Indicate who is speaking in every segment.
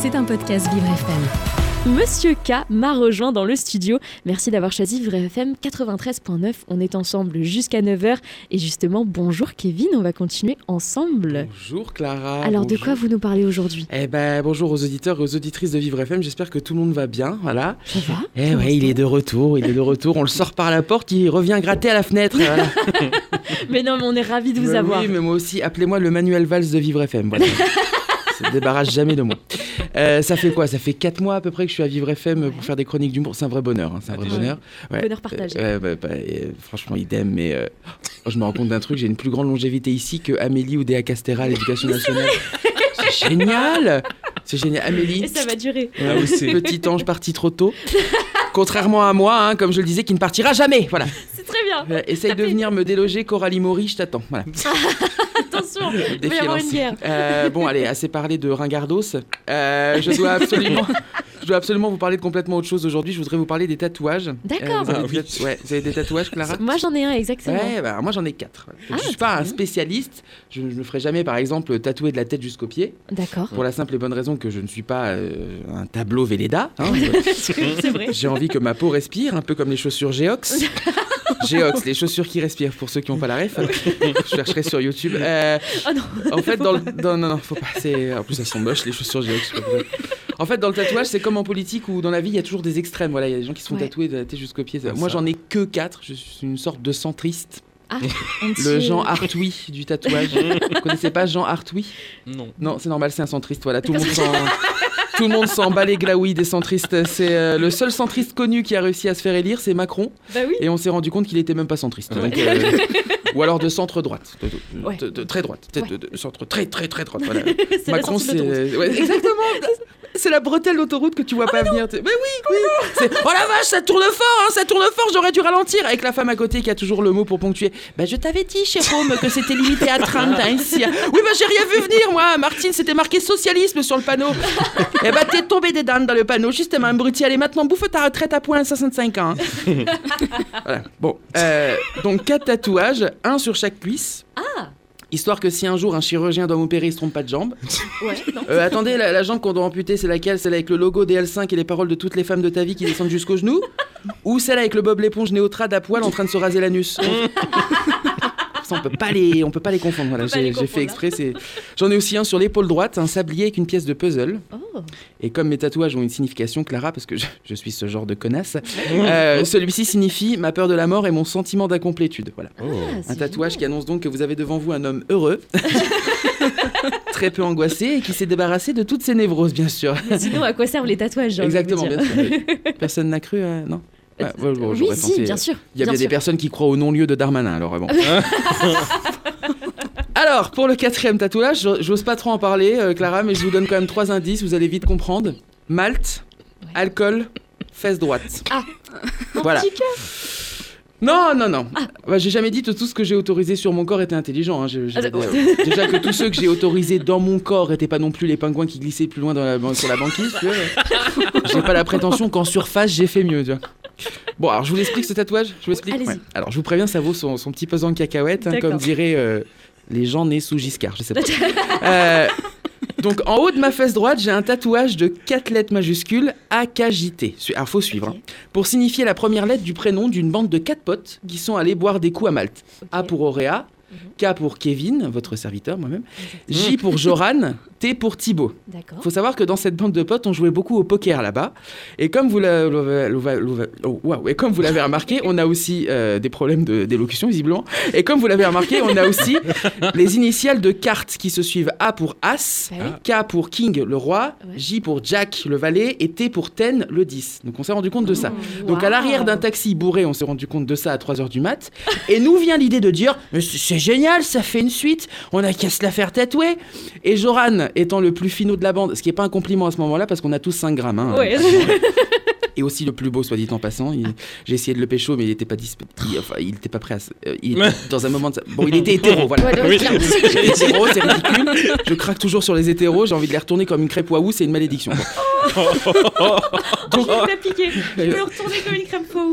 Speaker 1: C'est un podcast Vivre FM.
Speaker 2: Monsieur K m'a rejoint dans le studio. Merci d'avoir choisi Vivre FM 93.9. On est ensemble jusqu'à 9h. Et justement, bonjour Kevin, on va continuer ensemble.
Speaker 3: Bonjour Clara.
Speaker 2: Alors, de
Speaker 3: Ah, bonjour.
Speaker 2: quoi vous nous parlez aujourd'hui
Speaker 3: Eh ben bonjour aux auditeurs et aux auditrices de Vivre FM, j'espère que tout le monde va bien, voilà.
Speaker 2: Ça va
Speaker 3: Eh ouais, il est de retour, il est de retour, on le sort par la porte, il revient gratter à la fenêtre. voilà.
Speaker 2: Mais non, mais on est ravis de vous
Speaker 3: Mais
Speaker 2: avoir.
Speaker 3: Oui, mais moi aussi, appelez-moi le Manuel Valls de Vivre FM, voilà. Ça ne débarrasse jamais de moi. Euh, ça fait quoi Ça fait 4 mois à peu près que je suis à Vivre FM pour faire des chroniques d'humour. C'est un vrai bonheur, hein, c'est un vrai
Speaker 2: déjà.
Speaker 3: bonheur. Ouais.
Speaker 2: Bonheur partagé.
Speaker 3: Euh, ouais, bah, bah, euh, franchement, idem, mais euh, oh, je me rends compte d'un truc, j'ai une plus grande longévité ici que Amélie ou Déa Castera à l'éducation nationale. C'est génial C'est génial. Amélie,
Speaker 2: Et ça va durer.
Speaker 4: Ah
Speaker 3: euh, petit ange parti trop tôt. Contrairement à moi, hein, comme je le disais, qui ne partira jamais. Voilà.
Speaker 2: C'est très bien.
Speaker 3: Euh, essaye de venir me déloger, Coralie Maury, je t'attends. Voilà.
Speaker 2: Attention, il va
Speaker 3: Défi
Speaker 2: y avoir
Speaker 3: lancé.
Speaker 2: une guerre.
Speaker 3: Euh, bon, allez, assez parlé de Ringardos. Euh, je, dois absolument, je dois absolument vous parler de complètement autre chose aujourd'hui. Je voudrais vous parler des tatouages. Euh,
Speaker 2: D'accord.
Speaker 3: vous, avez
Speaker 4: Ah
Speaker 3: des
Speaker 4: oui.
Speaker 3: tat- ouais, vous avez des tatouages, Clara
Speaker 2: Moi, j'en ai un, exactement.
Speaker 3: Ouais, bah, moi j'en ai quatre. Donc,
Speaker 2: Ah,
Speaker 3: je suis
Speaker 2: très
Speaker 3: pas un
Speaker 2: bien.
Speaker 3: spécialiste. Je ne me ferai jamais, par exemple, tatouer de la tête jusqu'aux pieds.
Speaker 2: D'accord.
Speaker 3: Pour la simple et bonne raison que je ne suis pas euh, un tableau Véleda. hein.
Speaker 2: C'est vrai.
Speaker 3: J'ai envie que ma peau respire, un peu comme les chaussures Geox. Geox, les chaussures qui respirent, pour ceux qui n'ont pas la ref. je chercherai sur YouTube. Euh,
Speaker 2: Oh non.
Speaker 3: en fait, dans le... non, non, non, faut pas. c'est- En plus, elles sont moches, les chaussures Geox. c'est pas vrai. En fait, dans le tatouage, c'est comme en politique ou dans la vie, il y a toujours des extrêmes. Voilà, il y a des gens qui se font
Speaker 2: Ouais.
Speaker 3: tatouer de la tête jusqu'aux pieds.
Speaker 4: Ah,
Speaker 3: Moi,
Speaker 4: ça.
Speaker 3: j'en ai que 4. Je suis une sorte de centriste.
Speaker 2: Un
Speaker 3: Le
Speaker 2: petit-
Speaker 3: Jean Artoui du tatouage. Vous connaissez pas Jean Artoui
Speaker 4: Non.
Speaker 3: Non, c'est normal, c'est un centriste. Voilà, tout le monde s'en. Tout le monde s'en bat les glaouilles des centristes. C'est euh, le seul centriste connu qui a réussi à se faire élire, c'est Macron.
Speaker 2: Bah oui.
Speaker 3: Et on s'est rendu compte qu'il était même pas centriste.
Speaker 4: Ouais.
Speaker 3: Donc, euh, ou alors de centre-droite. De, de-
Speaker 2: Ouais.
Speaker 3: de- de très droite. De- de- de centre très très très droite. Voilà.
Speaker 2: C'est la
Speaker 3: Macron,
Speaker 2: sortie de
Speaker 3: c'est. euh,
Speaker 2: l'autoroute. Ah,
Speaker 3: ouais, exactement C'est la bretelle d'autoroute que tu vois pas venir. T'es- Mais oui, oui C'est- Oh la vache, ça tourne fort, hein, ça tourne fort, j'aurais dû ralentir Avec la femme à côté qui a toujours le mot pour ponctuer. Bah, je t'avais dit, Jérôme, que c'était limité à 30 hein, ici. Oui, bah, j'ai rien vu venir, moi Martine, c'était marqué socialisme sur le panneau. Et bah, t'es tombé des dames dans le panneau, justement, abruti. Allez, maintenant, bouffe ta retraite à point à 65 ans. voilà, bon. Euh, donc, quatre tatouages, un sur chaque cuisse. Ah Histoire que si un jour un chirurgien doit m'opérer, il se trompe pas de jambe.
Speaker 2: Ouais, non.
Speaker 3: Euh, attendez, la, la jambe qu'on doit amputer, c'est laquelle Celle avec le logo des L5 et les paroles de toutes les femmes de ta vie qui descendent jusqu'aux genoux Ou celle avec le bob l'éponge néotrade à poil en train de se raser l'anus Ça, on peut pas les, on peut pas les confondre. Voilà,
Speaker 2: On peut pas les
Speaker 3: j'ai j'ai
Speaker 2: confondre, hein.
Speaker 3: fait exprès. c'est- J'en ai aussi un sur l'épaule droite, un sablier avec une pièce de puzzle.
Speaker 2: Oh.
Speaker 3: Et comme mes tatouages ont une signification, Clara, parce que je, je suis ce genre de connasse, euh, celui-ci signifie ma peur de la mort et mon sentiment d'incomplétude. Voilà.
Speaker 4: Oh.
Speaker 2: Ah, c'est
Speaker 3: Un tatouage qui
Speaker 2: génial.
Speaker 3: annonce donc que vous avez devant vous un homme heureux, très peu angoissé et qui s'est débarrassé de toutes ses névroses, bien sûr.
Speaker 2: Mais Sinon, à quoi servent les tatouages j'ai envie de
Speaker 3: Exactement,
Speaker 2: dire.
Speaker 3: bien sûr. Personne n'a cru, euh, non Ouais, ouais, bon,
Speaker 2: Oui,
Speaker 3: j'aurais
Speaker 2: si,
Speaker 3: tenté.
Speaker 2: bien sûr.
Speaker 3: Il y a bien,
Speaker 2: sûr.
Speaker 3: des personnes qui croient au non-lieu de Darmanin, alors euh, bon. alors, pour le quatrième tatouage, j'o- j'ose pas trop en parler, euh, Clara, mais je vous donne quand même trois indices, vous allez vite comprendre. Malte, alcool, fesse droite.
Speaker 2: Ah.
Speaker 3: Voilà.
Speaker 2: Petit cœur.
Speaker 3: Non, non, non.
Speaker 2: Ah.
Speaker 3: Bah, j'ai jamais dit que tout ce que j'ai autorisé sur mon corps était intelligent. hein. J'ai- j'ai-
Speaker 2: Ah, d'accord.
Speaker 3: euh, déjà que tous ceux que j'ai autorisés dans mon corps n'étaient pas non plus les pingouins qui glissaient plus loin dans la, ban- sur la banquise. tu vois. J'ai pas la prétention qu'en surface j'ai fait mieux. tu vois. Bon, alors je vous l'explique ce tatouage. Je vous explique.
Speaker 2: allez-y.
Speaker 3: Alors je vous préviens, ça vaut son, son petit pesant de cacahuète, hein,
Speaker 2: D'accord.
Speaker 3: comme diraient euh, les gens nés sous Giscard. Je sais pas. Euh, donc en haut de ma fesse droite, j'ai un tatouage de quatre lettres majuscules AKJT. Su- Alors faut suivre. hein. Pour signifier la première lettre du prénom d'une bande de quatre potes qui sont allés boire des coups à Malte. A pour Auréa, K pour Kevin, votre serviteur moi-même, J pour Joran, T pour Thibaut.
Speaker 2: D'accord.
Speaker 3: Faut savoir que dans cette bande de potes, on jouait beaucoup au poker là-bas. Et comme vous la- l'ova- l'ova- l'ova- oh, waouh. Et comme vous l'avez remarqué, on a aussi euh, des problèmes de- d'élocution, visiblement. Et comme vous l'avez remarqué, on a aussi les initiales de cartes qui se suivent A pour As,
Speaker 2: Bah oui.
Speaker 3: K pour King, le roi,
Speaker 2: Ouais.
Speaker 3: J pour Jack, le valet, et T pour Ten, le 10. Donc on s'est rendu
Speaker 2: Oh.
Speaker 3: compte de ça. Donc à l'arrière d'un taxi bourré, on s'est rendu compte de ça à 3h du mat. Et nous vient l'idée de dire Mais c'est- c'est génial, ça fait une suite, on a qu'à se la faire tatouer. Et Joran étant le plus finot de la bande, ce qui n'est pas un compliment à ce moment-là parce qu'on a tous 5 grammes. hein.
Speaker 2: Ouais.
Speaker 3: Et aussi le plus beau, soit dit en passant. Il- J'ai essayé de le pécho, mais il n'était pas disp- il- Enfin, il était pas prêt à. se- euh, il était dans un moment de. sa- Bon, il était hétéro, voilà.
Speaker 2: Ouais, donc,
Speaker 4: Oui.
Speaker 2: clairement.
Speaker 3: Les hétéros, c'est ridicule. Je craque toujours sur les hétéros, j'ai envie de les retourner comme une crêpe waouh, c'est une malédiction.
Speaker 2: Je vais te la piquer. Je vais le retourner comme une crème faux.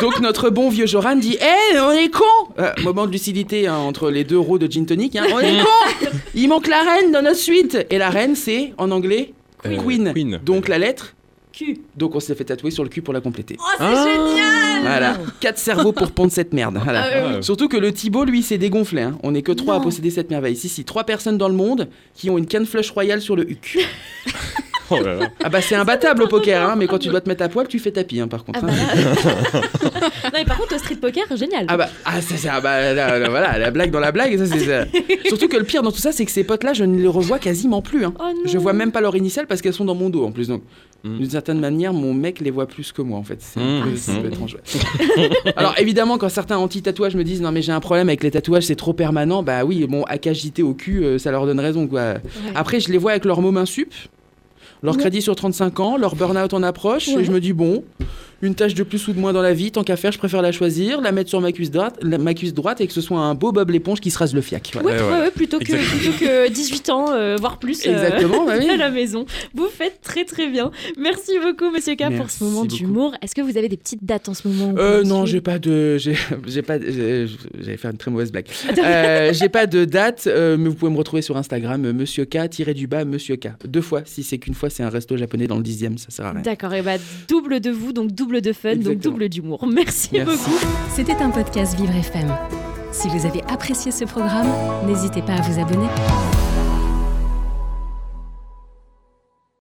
Speaker 3: Donc notre bon vieux Joran dit Hé, on est con Euh, Moment de lucidité hein, entre les deux rows de gin tonic. hein. On
Speaker 2: Mm.
Speaker 3: est con Il manque la reine dans notre suite Et la reine, c'est, en anglais,
Speaker 4: Euh,
Speaker 3: queen. Oh,
Speaker 4: queen.
Speaker 3: Donc la lettre
Speaker 2: Q. Oh,
Speaker 3: donc on s'est fait tatouer sur le cul pour la compléter.
Speaker 4: Ah.
Speaker 3: Voilà, quatre cerveaux pour pondre cette merde. Voilà.
Speaker 4: Ah, euh,
Speaker 3: Surtout que le Thibaut, lui, s'est dégonflé. hein. On n'est que trois à posséder cette merveille. Si, si, trois personnes dans le monde qui ont une canne flush royale sur le huc.
Speaker 4: oh là là.
Speaker 3: Ah bah c'est imbattable au poker, hein, mais quand tu dois te mettre à poil, tu fais tapis, hein, par contre.
Speaker 2: Ah
Speaker 3: hein.
Speaker 2: bah là- non mais par contre au street poker génial.
Speaker 3: Ah bah, ah, ça, ça, ah bah, là, là, voilà, la blague dans la blague, ça c'est... ça. Surtout que le pire dans tout ça, c'est que ces potes-là, je ne les revois quasiment plus. Hein.
Speaker 2: Oh non.
Speaker 3: Je vois même pas leur initiale parce qu'elles sont dans mon dos en plus. Donc,
Speaker 4: Mm.
Speaker 3: d'une certaine manière, mon mec les voit plus que moi en fait. C'est un
Speaker 4: Mm.
Speaker 3: peu- c'est un peu
Speaker 4: Mm.
Speaker 3: étrange. ouais. Alors, évidemment, quand certains anti-tatouages me disent non, mais j'ai un problème avec les tatouages, c'est trop permanent, bah oui, bon, accagité au cul, euh, ça leur donne raison quoi. Après, je les vois avec leur môme insup, leur
Speaker 2: Ouais.
Speaker 3: crédit sur 35 ans, leur burn-out en approche,
Speaker 2: Ouais.
Speaker 3: et je me dis bon. Une tâche de plus ou de moins dans la vie, tant qu'à faire, je préfère la choisir, la mettre sur ma cuisse droite, la- ma cuisse droite et que ce soit un beau bob l'éponge qui se rase le fiac. Voilà.
Speaker 2: Ouais,
Speaker 4: Ouais, ouais.
Speaker 2: ouais, ouais, plutôt, que,
Speaker 4: Exactement.
Speaker 2: plutôt que 18 ans, euh, voire plus, euh,
Speaker 3: Exactement, bah oui.
Speaker 2: à la maison. Vous faites très très bien. Merci beaucoup, monsieur K, pour
Speaker 3: Merci
Speaker 2: ce moment
Speaker 3: beaucoup.
Speaker 2: d'humour. Est-ce que vous avez des petites dates en ce moment où
Speaker 3: Euh,
Speaker 2: vous
Speaker 3: non,
Speaker 2: suivez
Speaker 3: j'ai pas de. J'ai j'ai pas. j'ai- J'allais faire une très mauvaise blague. Euh, j'ai pas de date, euh, mais vous pouvez me retrouver sur Instagram, euh, monsieur K, tiré du bas, monsieur K. Deux fois, si c'est qu'une fois, c'est un resto japonais dans le dixième, ça sert à rien.
Speaker 2: D'accord, et bah double de vous, donc double de fun, donc
Speaker 3: Exactement.
Speaker 2: double d'humour. Merci,
Speaker 3: Merci.
Speaker 2: beaucoup.
Speaker 1: C'était un podcast Vivre FM. Si vous avez apprécié ce programme, n'hésitez pas à vous abonner.